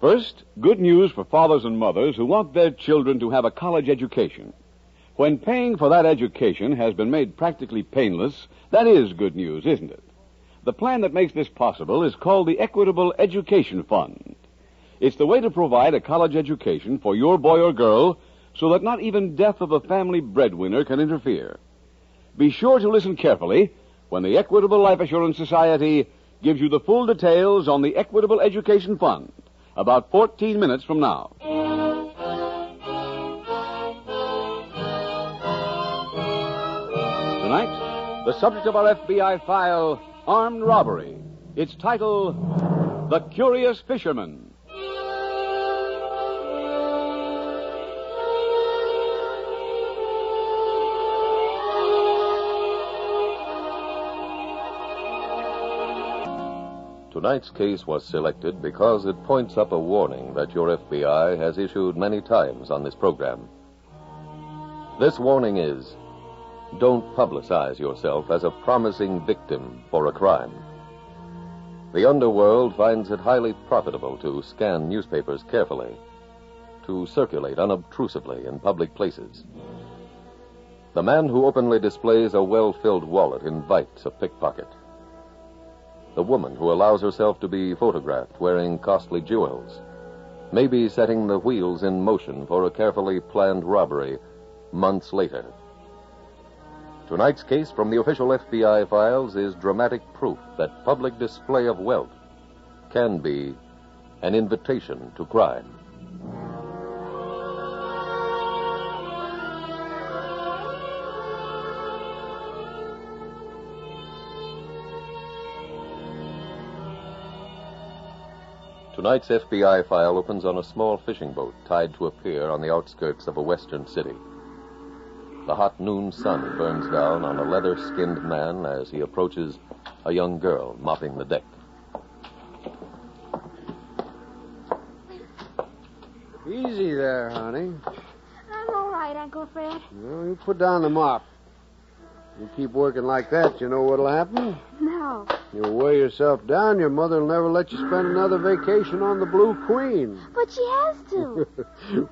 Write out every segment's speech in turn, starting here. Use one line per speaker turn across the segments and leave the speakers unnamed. First, good news for fathers and mothers who want their children to have a college education. When paying for that education has been made practically painless, that is good news, isn't it? The plan that makes this possible is called the Equitable Education Fund. It's the way to provide a college education for your boy or girl so that not even death of a family breadwinner can interfere. Be sure to listen carefully when the Equitable Life Assurance Society gives you the full details on the Equitable Education Fund about 14 minutes from now. Tonight, the subject of our FBI file, Armed Robbery. Its title, The Curious Fisherman.
Tonight's case was selected because it points up a warning that your FBI has issued many times on this program. This warning is don't publicize yourself as a promising victim for a crime. The underworld finds it highly profitable to scan newspapers carefully, to circulate unobtrusively in public places. The man who openly displays a well filled wallet invites a pickpocket. The woman who allows herself to be photographed wearing costly jewels. Maybe setting the wheels in motion for a carefully planned robbery months later. Tonight's case from the official FBI files is dramatic proof that public display of wealth can be an invitation to crime. Tonight's FBI file opens on a small fishing boat tied to a pier on the outskirts of a western city. The hot noon sun burns down on a leather skinned man as he approaches a young girl mopping the deck.
Easy there, honey.
I'm all right, Uncle Fred.
Well, you put down the mop. You keep working like that, you know what'll happen?
No.
You'll wear yourself down. Your mother'll never let you spend another vacation on the Blue Queen.
But she has to.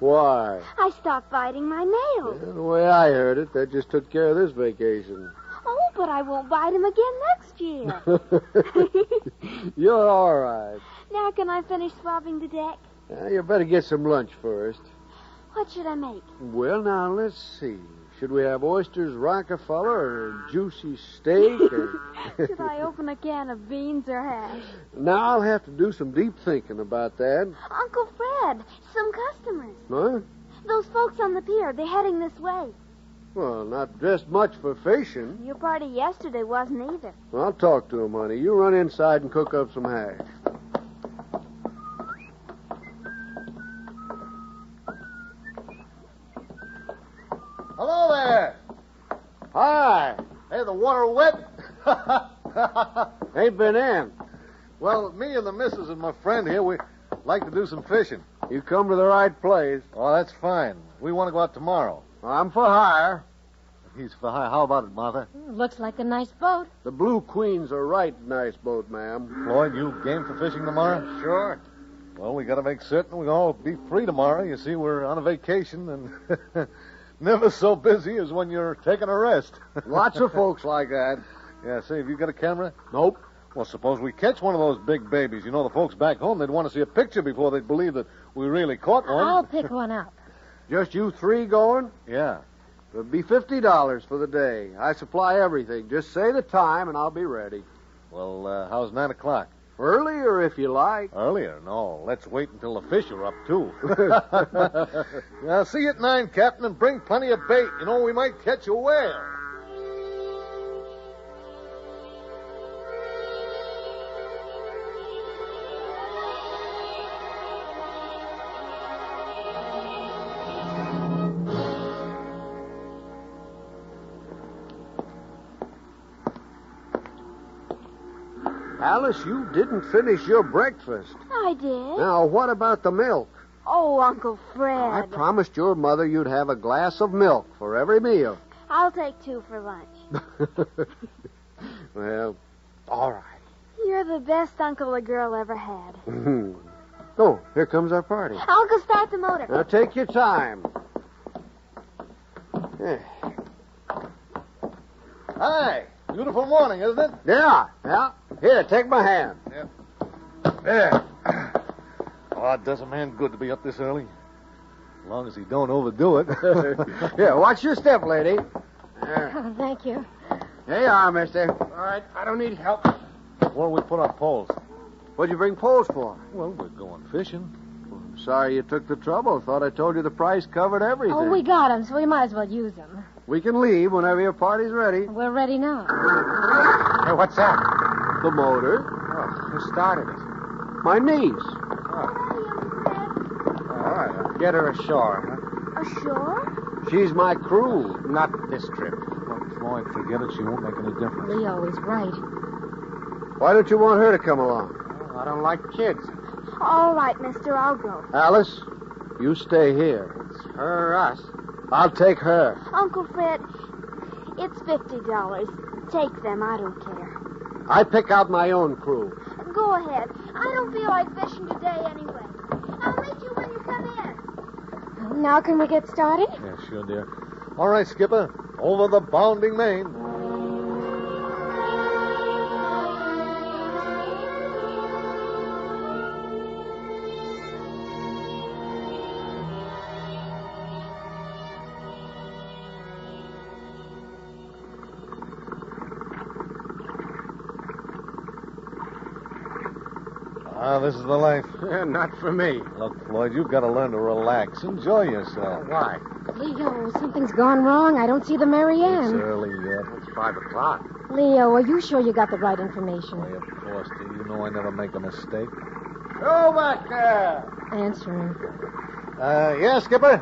Why?
I stopped biting my nails.
Well, the way I heard it, that just took care of this vacation.
Oh, but I won't bite him again next year.
You're all right.
now can I finish swabbing the deck?
Now, you better get some lunch first.
What should I make?
Well, now, let's see. Should we have oysters, Rockefeller, or juicy steak? Or...
should I open a can of beans or hash?
now, I'll have to do some deep thinking about that.
Uncle Fred, some customers.
Huh?
Those folks on the pier, they're heading this way.
Well, not dressed much for fishing.
Your party yesterday wasn't either.
I'll talk to him, honey. You run inside and cook up some hash. Hello there. Hi.
Hey, the water wet?
Ain't been in.
well, me and the missus and my friend here, we like to do some fishing.
You come to the right place.
Oh, that's fine. We want to go out tomorrow.
I'm for hire.
He's fine. How about it, Martha?
Looks like a nice boat.
The Blue Queen's a right nice boat, ma'am.
Floyd, you game for fishing tomorrow?
Sure.
Well, we got to make certain we all be free tomorrow. You see, we're on a vacation and never so busy as when you're taking a rest.
Lots of folks like that.
Yeah, see, have you got a camera?
Nope.
Well, suppose we catch one of those big babies. You know, the folks back home, they'd want to see a picture before they'd believe that we really caught one.
I'll pick one up.
Just you three going?
Yeah.
It'll be fifty dollars for the day. I supply everything. Just say the time and I'll be ready.
Well, uh, how's nine o'clock?
earlier if you like.
Earlier? No. Let's wait until the fish are up, too. now, see you at nine, Captain, and bring plenty of bait. You know, we might catch a whale.
Alice, you didn't finish your breakfast.
I did.
Now, what about the milk?
Oh, Uncle
I
Fred.
promised your mother you'd have a glass of milk for every meal.
I'll take two for lunch.
well, all right.
You're the best uncle a girl ever had.
oh, here comes our party.
I'll go start the motor.
Now take your time.
Hi. Beautiful morning, isn't it?
Yeah, yeah. Here, take my hand.
There. Oh, it does a man good to be up this early. As long as he don't overdo it.
Here, watch your step, lady.
Oh, thank you.
There you are, mister.
All right, I don't need help.
Where we put up poles?
What'd you bring poles for?
Well, we're going fishing.
I'm sorry you took the trouble. Thought I told you the price covered everything.
Oh, we got 'em, so we might as well use 'em.
We can leave whenever your party's ready.
We're ready now.
Hey, what's that?
The motor.
Oh,
Who started it?
My niece.
Hurry, Uncle
Ah.
Fred.
All right, get her ashore.
Ashore?
She's my crew.
huh? Not this trip.
Look, Floyd, forget it. She won't make any difference.
Leo is right.
Why don't you want her to come along?
Oh, I don't like kids.
All right, mister, I'll go.
Alice, you stay here.
It's her or us.
I'll take her.
Uncle Fred, it's $50. Take them, I don't care.
I pick out my own crew.
Go ahead. I don't feel like fishing today anyway. I'll meet you when you come in.
Now can we get started?
Yeah, sure, dear. All right, Skipper. Over the bounding main. Ah, This is the life.
Not for me.
Look, Floyd, you've got to learn to relax. Enjoy yourself.
Why?
Leo, something's gone wrong. I don't see the
It's
Marianne.
early yet.
It's five o'clock.
Leo, are you sure you got the right information?
Why, of course, dear. You know I never make a mistake.
Go back there.
Answer him.
Uh, yeah, Skipper?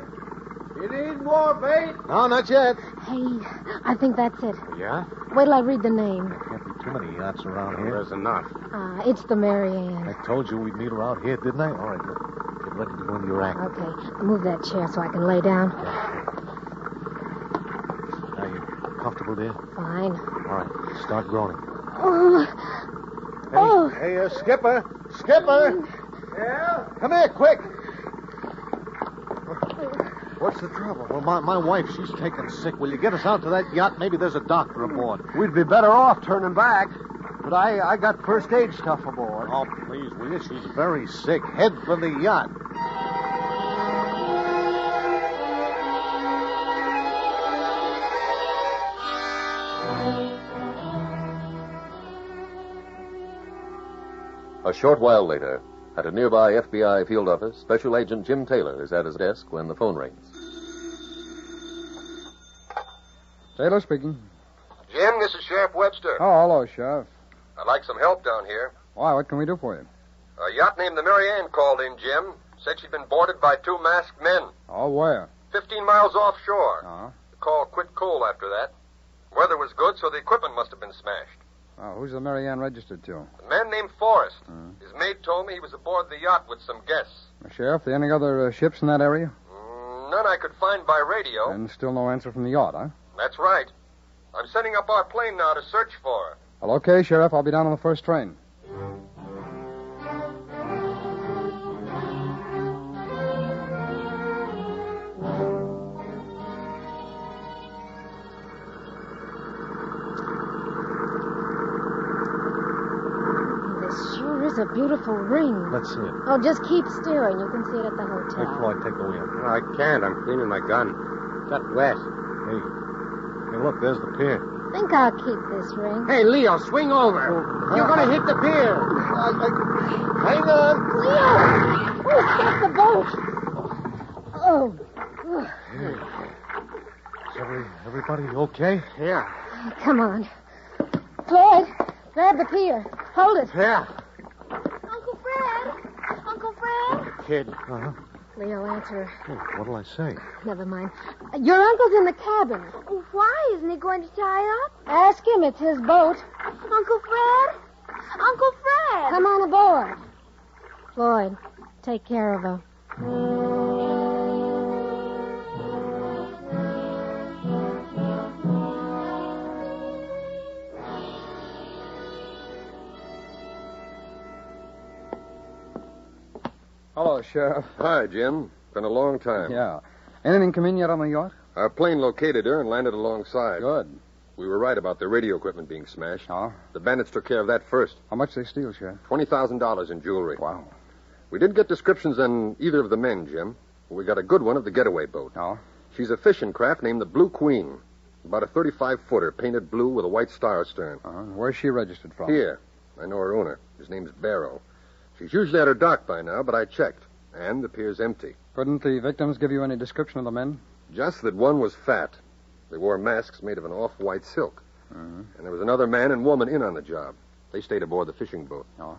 You need more bait?
No, not yet.
Hey, I think that's it.
Yeah?
Wait till I read the name.
There can't be too many yachts around
Well,
here.
there's enough.
Ah, it's the Marianne.
I told you we'd meet her out here, didn't I? All right, good. Get ready to go into your act.
Okay, move that chair so I can lay down.
Are you comfortable, dear?
Fine.
All right, start groaning.
Oh,
Oh. Hey, uh, Skipper! Skipper!
Yeah?
Come here, quick! What's the trouble? Well, my, my wife, she's taken sick. Will you get us out to that yacht? Maybe there's a doctor aboard.
We'd be better off turning back. But I, I got first aid stuff aboard.
Oh, please, will you? She's very sick. Head for the yacht.
A short while later, at a nearby FBI field office, Special Agent Jim Taylor is at his desk when the phone rings.
Taylor speaking.
Jim, this is Sheriff Webster.
Oh, hello, Sheriff.
I'd like some help down here.
Why, what can we do for you?
A yacht named the Mary Ann called in, Jim. Said she'd been boarded by two masked men,
Oh, where?
15 miles offshore.
Uh-huh.
The call quit cold after that. Weather was good, so the equipment must have been smashed.
Oh, who's the Mary Ann registered to?
A man named Forrest.
Mm.
His maid told me he was aboard the yacht with some guests.
Sheriff, any other uh, ships in that area?
Mm, None I could find by radio.
And still no answer from the yacht, huh?
That's right. I'm setting up our plane now to search for her.
Well, okay, Sheriff. I'll be down on the first train.
this sure is a beautiful ring.
Let's see it.
Oh, just keep steering. You can see it at the
Hey,
hotel.
Floyd, take the wheel.
Well, I can't. I'm cleaning my gun. Got wet.
Hey, hey, look, there's the pier.
Think I'll keep this ring.
Hey, Leo, swing over. You're going to hit the pier.
Hang on.
Leo! Oh, stop the boat! Oh,
Every, everybody okay?
Yeah,
come on. Floyd, grab the pier. Hold it.
yeah,
Uncle Fred? Uncle Fred?
kid.
Uh-huh.
Leo, answer.
What'll I say?
Never mind. Your uncle's in the cabin.
Why isn't he going to tie up?
Ask him. It's his boat.
Uncle Fred? Uncle Fred!
Come on aboard. Floyd, take care of her.
Hello, Sheriff.
Hi, Jim. Been a long time.
Yeah. Anything come in yet on the yacht?
Our plane located her and landed alongside.
Good.
We were right about the radio equipment being smashed.
Oh,
The bandits took care of that first.
how much they steal, Sheriff?
$20,000 in jewelry.
Wow.
We didn't get descriptions on either of the men, Jim. We got a good one of the getaway boat.
Oh.
She's a fishing craft named the Blue Queen. About a 35 footer, painted blue with a white star astern.
Uh-huh. Where's she registered from?
Here. I know her owner. His name's Barrow. She's usually at her dock by now, but I checked. And the pier's empty.
Couldn't the victims give you any description of the men?
Just that one was fat. They wore masks made of an off white silk. And there was another man and woman in on the job. They stayed aboard the fishing boat.
Oh.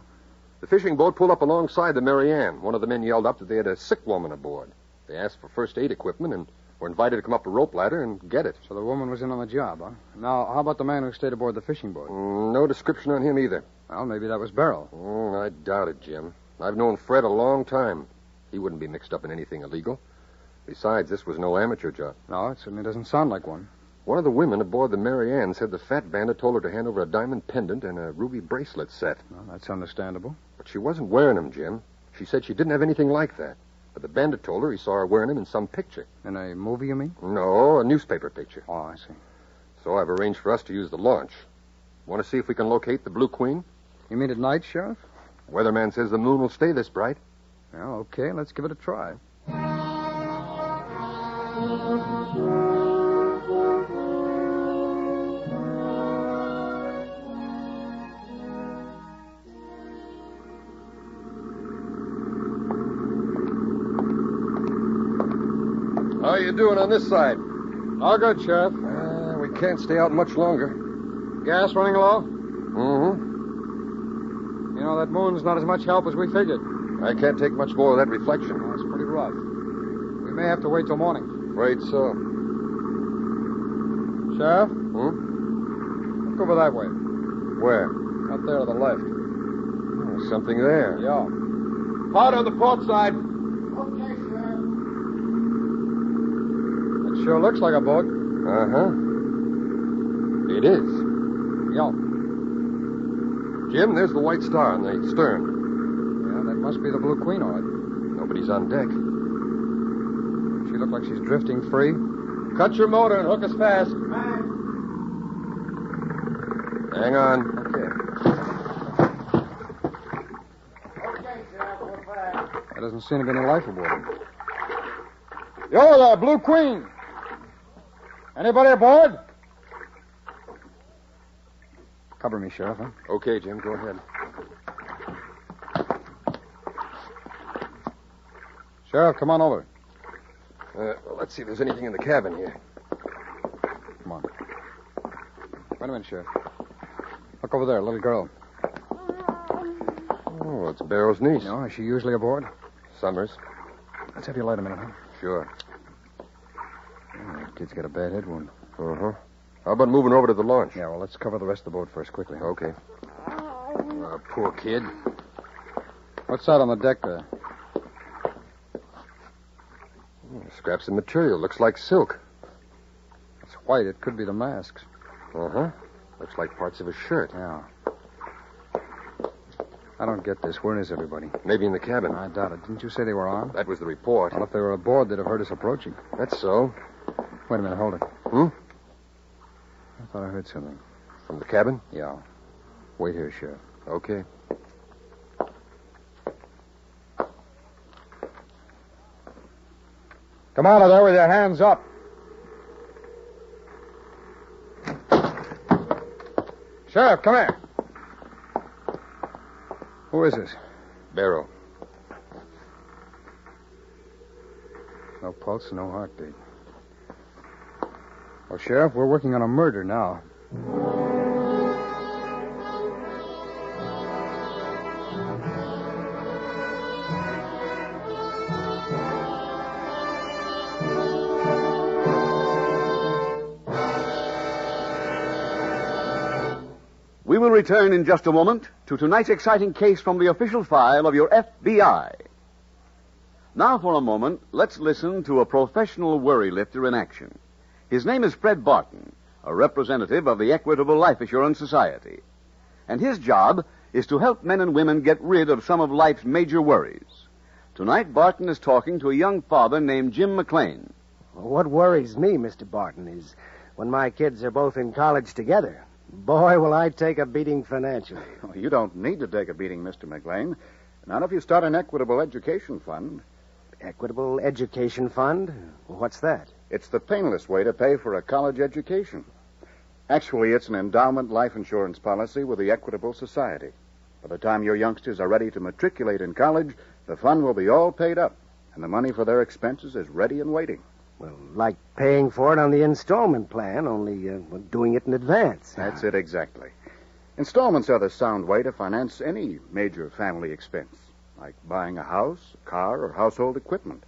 The fishing boat pulled up alongside the Mary Ann. One of the men yelled up that they had a sick woman aboard. They asked for first aid equipment and were invited to come up a rope ladder and get it.
So the woman was in on the job, huh? Now, how about the man who stayed aboard the fishing boat?
Mm, No description on him either.
Well, maybe that was Barrel.
Mm, I doubt it, Jim. I've known Fred a long time. He wouldn't be mixed up in anything illegal. Besides, this was no amateur job.
No, it certainly doesn't sound like one.
One of the women aboard the Mary Ann said the fat bandit told her to hand over a diamond pendant and a ruby bracelet set.
Well, that's understandable.
But she wasn't wearing them, Jim. She said she didn't have anything like that. But the bandit told her he saw her wearing them in some picture.
In a movie, you mean?
No, a newspaper picture.
Oh, I see.
So I've arranged for us to use the launch. Want to see if we can locate the Blue Queen?
You mean at night, Sheriff?
Weatherman says the moon will stay this bright.
Well, okay, let's give it a try.
How are you doing on this side?
All good, Sheriff.
Uh, we can't stay out much longer.
Gas running low?
Mm-hmm.
Mm-hmm.
You know, that moon's not as much help as we figured.
I can't take much more of that reflection.
Well, it's pretty rough. We may have to wait till morning.
Right, so.
Sheriff? Look over that way.
Hmm? Where?
Up there to the left.
There's something there.
Yeah. Hard on the port side. It sure looks like a boat.
Uh-huh. It is.
Yeah.
Jim, there's the white star on the stern.
Yeah, that must be the Blue Queen, all right.
Nobody's on deck.
She looked like she's drifting free.
Cut your motor and hook us fast.
Hang on.
There doesn't seem to be any life aboard her.
Yo there, Blue Queen. Anybody aboard?
Cover me, Sheriff, huh?
Okay, Jim, go ahead.
Sheriff, come on over.
Uh, well, let's see if there's anything in the cabin here.
Wait a minute, Sheriff. Look over there, little girl.
Oh, it's Barrow's niece.
You know, is she usually aboard?
Summers.
Let's have you light a minute, huh?
Sure.
Oh, that kid's got a bad head wound.
Uh-huh. How about moving over to the launch?
Yeah, well, let's cover the rest of the boat first, quickly.
Okay. Uh, poor kid.
What's out on the deck there?
Scraps of material. Looks like silk.
It's white. It could be the masks.
Uh-huh. Looks like parts of a shirt.
Yeah. I don't get this. Where is everybody?
Maybe in the cabin.
I doubt it. Didn't you say they were on?
That was the report.
Well, if they were aboard, they'd have heard us approaching.
That's so.
Wait a minute. Hold it.
Hmm?
I thought I heard something.
From the cabin?
Yeah. Wait here, Sheriff.
Okay.
Come out of there with your hands up.
Sheriff, come here. Who is this?
Barrow.
No pulse, no heartbeat. Well, Sheriff, we're working on a murder now.
We will return in just a moment to tonight's exciting case from the official file of your FBI. Now, for a moment, let's listen to a professional worry lifter in action. His name is Fred Barton, a representative of the Equitable Life Assurance Society. And his job is to help men and women get rid of some of life's major worries. Tonight, Barton is talking to a young father named Jim McLean.
What worries me, Mr. Barton, is when my kids are both in college together. Boy, will I take a beating financially.
Oh, You don't need to take a beating, Mr. McLean. Not if you start an equitable education fund.
Equitable Education Fund? What's that?
It's the painless way to pay for a college education. Actually, it's an endowment life insurance policy with the Equitable Society. By the time your youngsters are ready to matriculate in college, the fund will be all paid up, and the money for their expenses is ready and waiting.
Well, like paying for it on the installment plan, only uh, doing it in advance.
That's it exactly. Installments are the sound way to finance any major family expense, like buying a house, a car, or household equipment.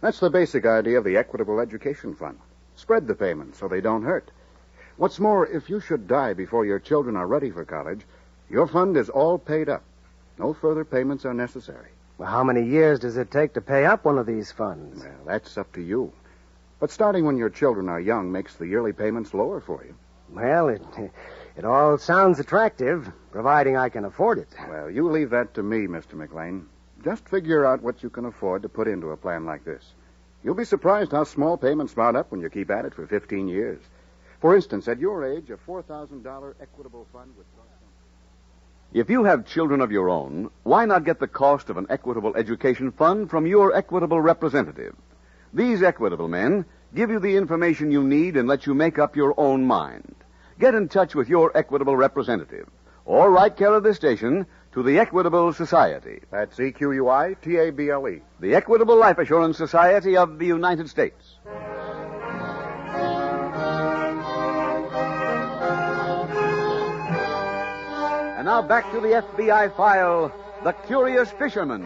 That's the basic idea of the Equitable Education Fund. Spread the payments so they don't hurt. What's more, if you should die before your children are ready for college, your fund is all paid up. No further payments are necessary.
Well, how many years does it take to pay up one of these funds?
Well, that's up to you. But starting when your children are young makes the yearly payments lower for you.
Well, it it all sounds attractive, providing I can afford it.
Well, you leave that to me, Mr. McLean. Just figure out what you can afford to put into a plan like this. You'll be surprised how small payments mount up when you keep at it for 15 years. For instance, at your age, a $4,000 equitable fund would cost.
If you have children of your own, why not get the cost of an equitable education fund from your equitable representative? These equitable men give you the information you need and let you make up your own mind. Get in touch with your equitable representative or write care of this station to the Equitable Society.
That's E Q U I T A B L E.
The Equitable Life Assurance Society of the United States. And now back to the FBI file The Curious Fisherman.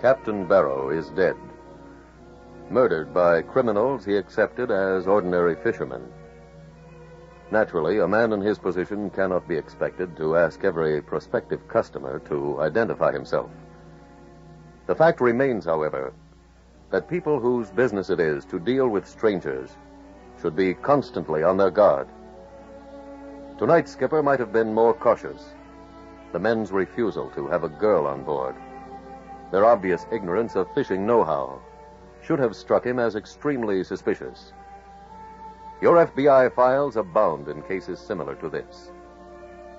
Captain Barrow is dead. Murdered by criminals he accepted as ordinary fishermen. Naturally, a man in his position cannot be expected to ask every prospective customer to identify himself. The fact remains, however, that people whose business it is to deal with strangers should be constantly on their guard. Tonight's skipper might have been more cautious. The men's refusal to have a girl on board their obvious ignorance of fishing know how should have struck him as extremely suspicious. Your FBI files abound in cases similar to this.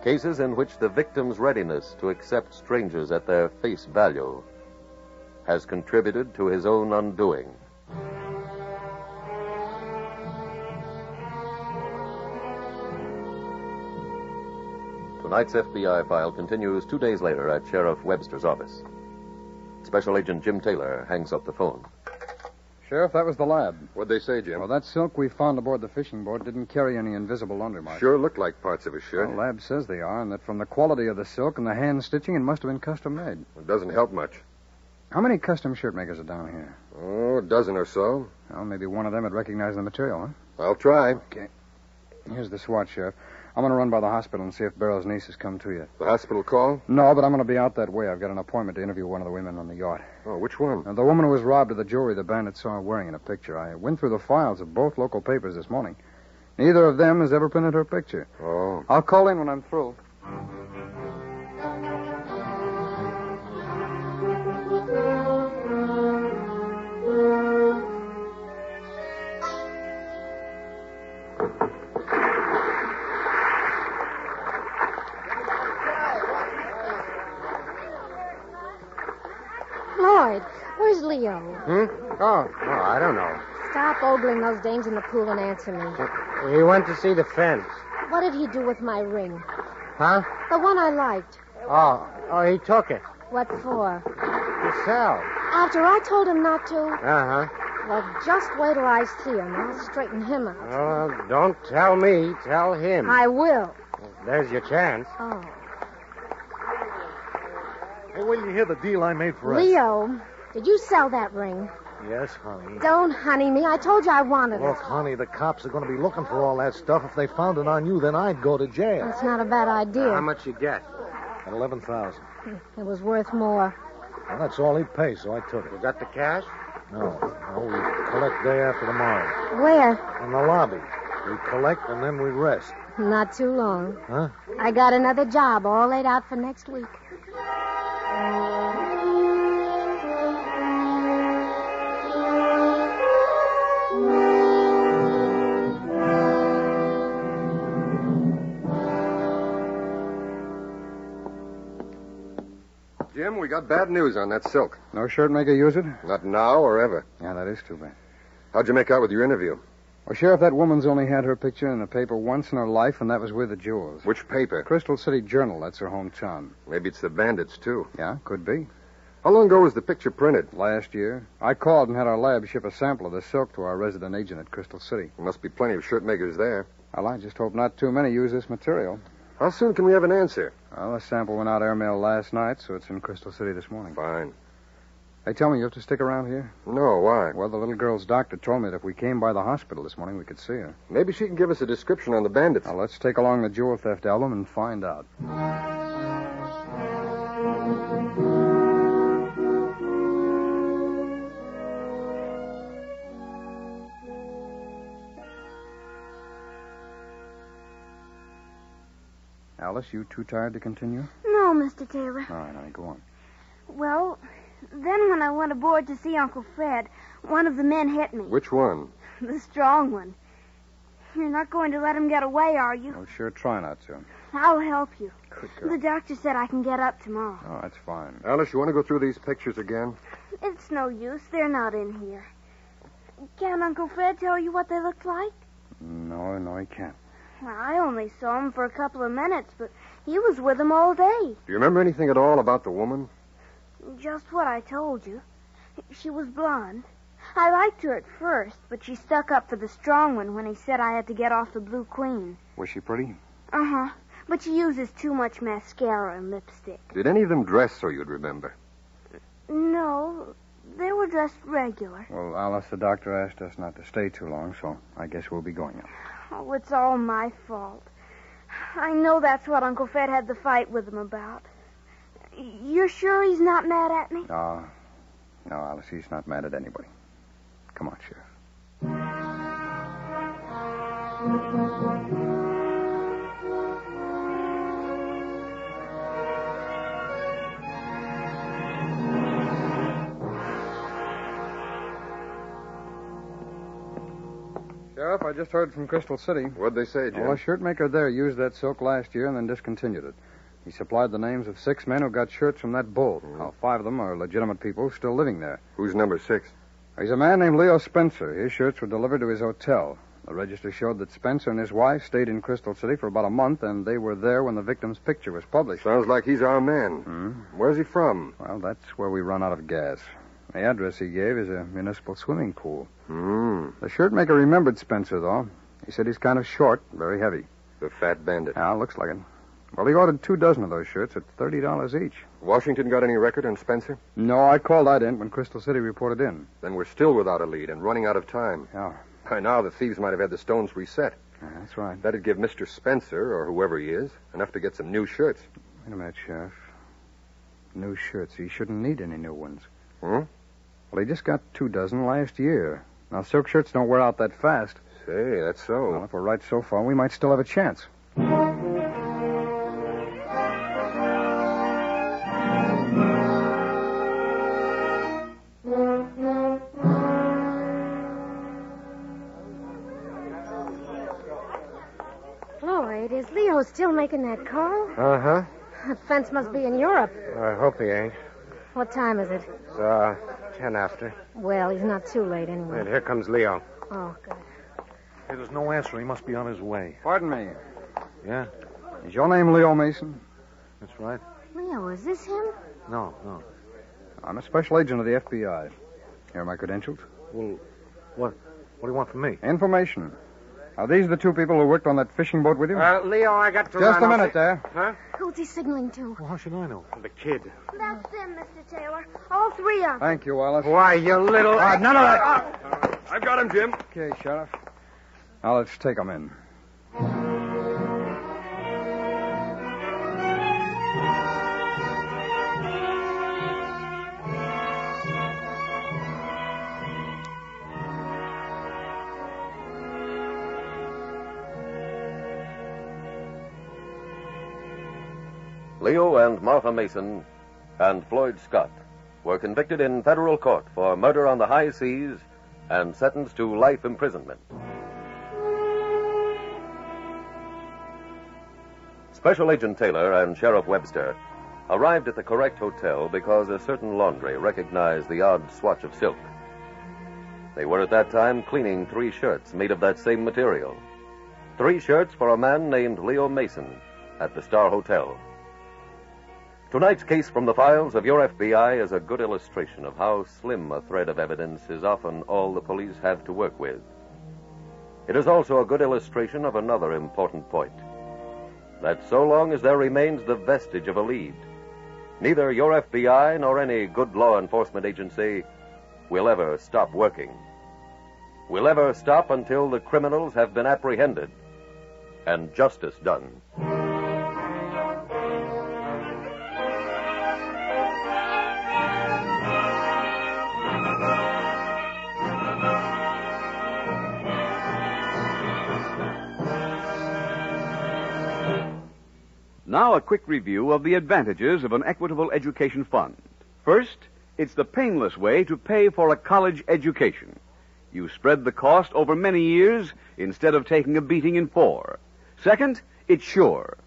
Cases in which the victim's readiness to accept strangers at their face value has contributed to his own undoing. Tonight's FBI file continues two days later at Sheriff Webster's office. Special Agent Jim Taylor hangs up the phone.
Sheriff, that was the lab.
What'd they say, Jim?
Well, that silk we found aboard the fishing boat didn't carry any invisible undermarks.
Sure looked like parts of a shirt.
The lab says they are, and that from the quality of the silk and the hand stitching, it must have been custom made.
It doesn't help much.
How many custom shirt makers are down here?
Oh, a dozen or so.
Well, maybe one of them would recognize the material, huh?
I'll try.
Okay. Here's the SWAT, Sheriff. I'm going to run by the hospital and see if Barrow's niece has come to you.
The hospital call?
No, but I'm going to be out that way. I've got an appointment to interview one of the women on the yacht.
Oh, which one?
Now, the woman who was robbed of the jewelry the bandit saw wearing in a picture. I went through the files of both local papers this morning. Neither of them has ever printed her picture.
Oh.
I'll call in when I'm through.
Hmm?
Oh, oh, I don't know.
Stop ogling those dames in the pool and answer me.
He went to see the fence.
What did he do with my ring?
Huh?
The one I liked.
Oh, oh, he took it.
What for?
To sell.
After I told him not to?
Uh huh.
Well, just wait till I see him. I'll straighten him out.
Oh, don't tell me. Tell him.
I will.
There's your chance.
Oh.
Hey, wait till you hear the deal I made for us.
Leo, did you sell that ring?
Yes, honey.
Don't honey me. I told you I wanted
Look,
it.
honey, the cops are going to be looking for all that stuff. If they found it on you, then I'd go to jail.
That's not a bad idea.
much you get?
At eleven thousand.
It was worth more.
Well, that's all he'd pay, so I took it.
You got the cash?
No, no, we collect day after tomorrow
Where?
in the lobby. We collect and then we rest.
Not too long.
Huh?
I got another job all laid out for next week.
Jim, we got bad news on that silk.
No shirt maker use it?
Not now or ever.
Yeah, that is too bad.
How'd you make out with your interview?
Well, Sheriff, that woman's only had her picture in the paper once in her life, and that was with the jewels.
Which paper?
Crystal City Journal, that's her hometown.
Maybe it's the bandits, too.
Yeah, could be.
How long ago was the picture printed?
Last year, I called and had our lab ship a sample of the silk to our resident agent at Crystal City.
There must be plenty of shirt makers there.
Well, I just hope not too many use this material.
How soon can we have an answer?
Well, the sample went out airmail last night, so it's in Crystal City this morning.
Fine.
Hey, tell me, you have to stick around here?
No, why?
Well, the little girl's doctor told me that if we came by the hospital this morning, we could see her.
Maybe she can give us a description on the bandits.
Now, let's take along the jewel theft album and find out. Alice, you too tired to continue?
No, Mr. Taylor.
All right, all right, go on.
Well, then when I went aboard to see Uncle Fred, one of the men hit me.
Which one?
The strong one. You're not going to let him get away, are you?
Oh, sure, try not to.
I'll help you.
Good
The doctor said I can get up tomorrow.
Oh, that's fine.
Alice, you want to go through these pictures again?
It's no use. They're not in here. Can Uncle Fred tell you what they looked like?
No, no, I can't.
Well, I only saw him for a couple of minutes, but he was with them all day.
Do you remember anything at all about the woman?
Just what I told you. She was blonde. I liked her at first, but she stuck up for the strong one when he said I had to get off the Blue Queen.
Was she pretty?
Uh huh. But she uses too much mascara and lipstick.
Did any of them dress so you'd remember?
No, they were dressed regular.
Well, Alice, the doctor asked us not to stay too long, so I guess we'll be going now.
Oh, it's all my fault. I know that's what Uncle Fred had the fight with him about. You're sure he's not mad at me?
No, Ah, no, Alice, he's not mad at anybody. Come on, Sheriff. Sheriff, I just heard from Crystal City.
What'd they say, Jim?
Well, a shirt maker there used that silk last year and then discontinued it. He supplied the names of six men who got shirts from that bull. Now, five of them are legitimate people still living there.
Who's number six?
He's a man named Leo Spencer. His shirts were delivered to his hotel. The register showed that Spencer and his wife stayed in Crystal City for about a month, and they were there when the victim's picture was published.
Sounds like he's our man.
Hmm?
Where's he from?
Well, that's where we run out of gas. The address he gave is a municipal swimming pool.
Hmm.
The shirt maker remembered Spencer, though. He said he's kind of short, very heavy.
The fat bandit.
Yeah, looks like it. Well, he ordered two dozen of those shirts at $30 each.
Washington got any record on Spencer?
No, I called that in when Crystal City reported in.
Then we're still without a lead and running out of time.
Yeah.
By now, the thieves might have had the stones reset.
Yeah, that's right.
That'd give Mr. Spencer, or whoever he is, enough to get some new shirts.
Wait a minute, Sheriff. New shirts. He shouldn't need any new ones.
Hmm?
Well, he just got two dozen last year. Now, silk shirts don't wear out that fast.
Say, that's
Well,
so.
if we're right so far, we might still have a chance.
Lloyd, is Leo still making that call?
Uh huh.
That fence must be in Europe.
I hope he ain't.
What time is it?
It's, uh, ten after.
Well, he's not too late anyway.
Wait, here comes Leo.
Oh, God.
Hey, there's no answer. He must be on his way.
Pardon me.
Yeah,
Is your name Leo Mason?
that's right.
Leo, is this him?
No, no.
I'm a special agent of the FBI. Here are my credentials.
Well, what? What do you want from me?
Information. Are these the two people who worked on that fishing boat with you?
Uh, Leo, I got to
Just
run.
a
I'll
minute
see-
there.
Huh?
Who's he signaling to?
Well, how should I know?
The kid.
That's them, Mr. Taylor. All three of them.
Thank you, Wallace.
Why, you little...
Ah, none of that.
I've got him, Jim.
Okay, Sheriff. Now let's take them in.
Leo and Martha Mason and Floyd Scott were convicted in federal court for murder on the high seas and sentenced to life imprisonment. Special Agent Taylor and Sheriff Webster arrived at the correct hotel because a certain laundry recognized the odd swatch of silk. They were at that time cleaning three shirts made of that same material. Three shirts for a man named Leo Mason at the Star Hotel. Tonight's case from the files of your FBI is a good illustration of how slim a thread of evidence is often all the police have to work with. It is also a good illustration of another important point that so long as there remains the vestige of a lead, neither your FBI nor any good law enforcement agency will ever stop working. Will ever stop until the criminals have been apprehended and justice done.
Now, a quick review of the advantages of an equitable education fund. First, it's the painless way to pay for a college education. You spread the cost over many years instead of taking a beating in four. Second, it's sure.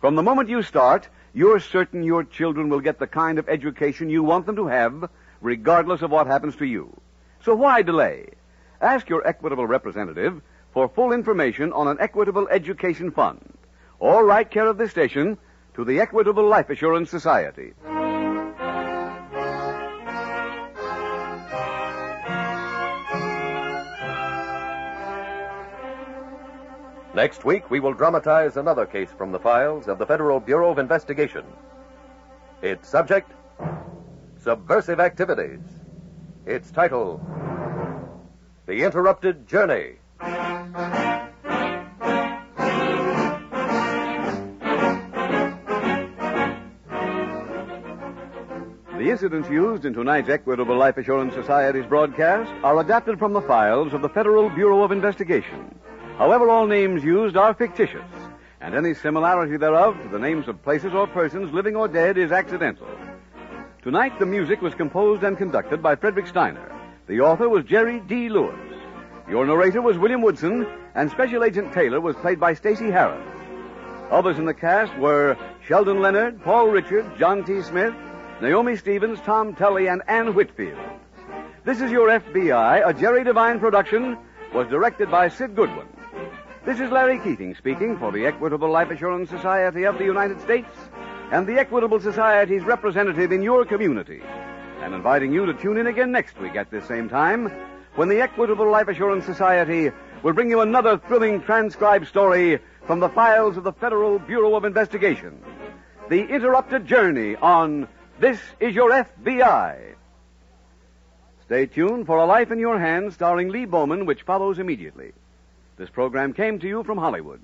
From the moment you start, you're certain your children will get the kind of education you want them to have, regardless of what happens to you. So why delay? Ask your equitable representative for full information on an equitable education fund or write care of this station to the Equitable Life Assurance Society.
Next week, we will dramatize another case from the files of the Federal Bureau of Investigation. Its subject Subversive Activities. Its title The Interrupted Journey.
The incidents used in tonight's Equitable Life Assurance Society's broadcast are adapted from the files of the Federal Bureau of Investigation. However, all names used are fictitious, and any similarity thereof to the names of places or persons living or dead is accidental. Tonight, the music was composed and conducted by Frederick Steiner. The author was Jerry D. Lewis. Your narrator was William Woodson, and Special Agent Taylor was played by Stacey Harris. Others in the cast were Sheldon Leonard, Paul Richard, John T. Smith, Naomi Stevens, Tom Tully, and Ann Whitfield. This is Your FBI, a Jerry Devine production, was directed by Sid Goodwin. This is Larry Keating speaking for the Equitable Life Assurance Society of the United States and the Equitable Society's representative in your community, and inviting you to tune in again next week at this same time when the Equitable Life Assurance Society will bring you another thrilling transcribed story from the files of the Federal Bureau of Investigation. The Interrupted Journey on This Is Your FBI. Stay tuned for A Life in Your Hands starring Lee Bowman, which follows immediately. This program came to you from Hollywood.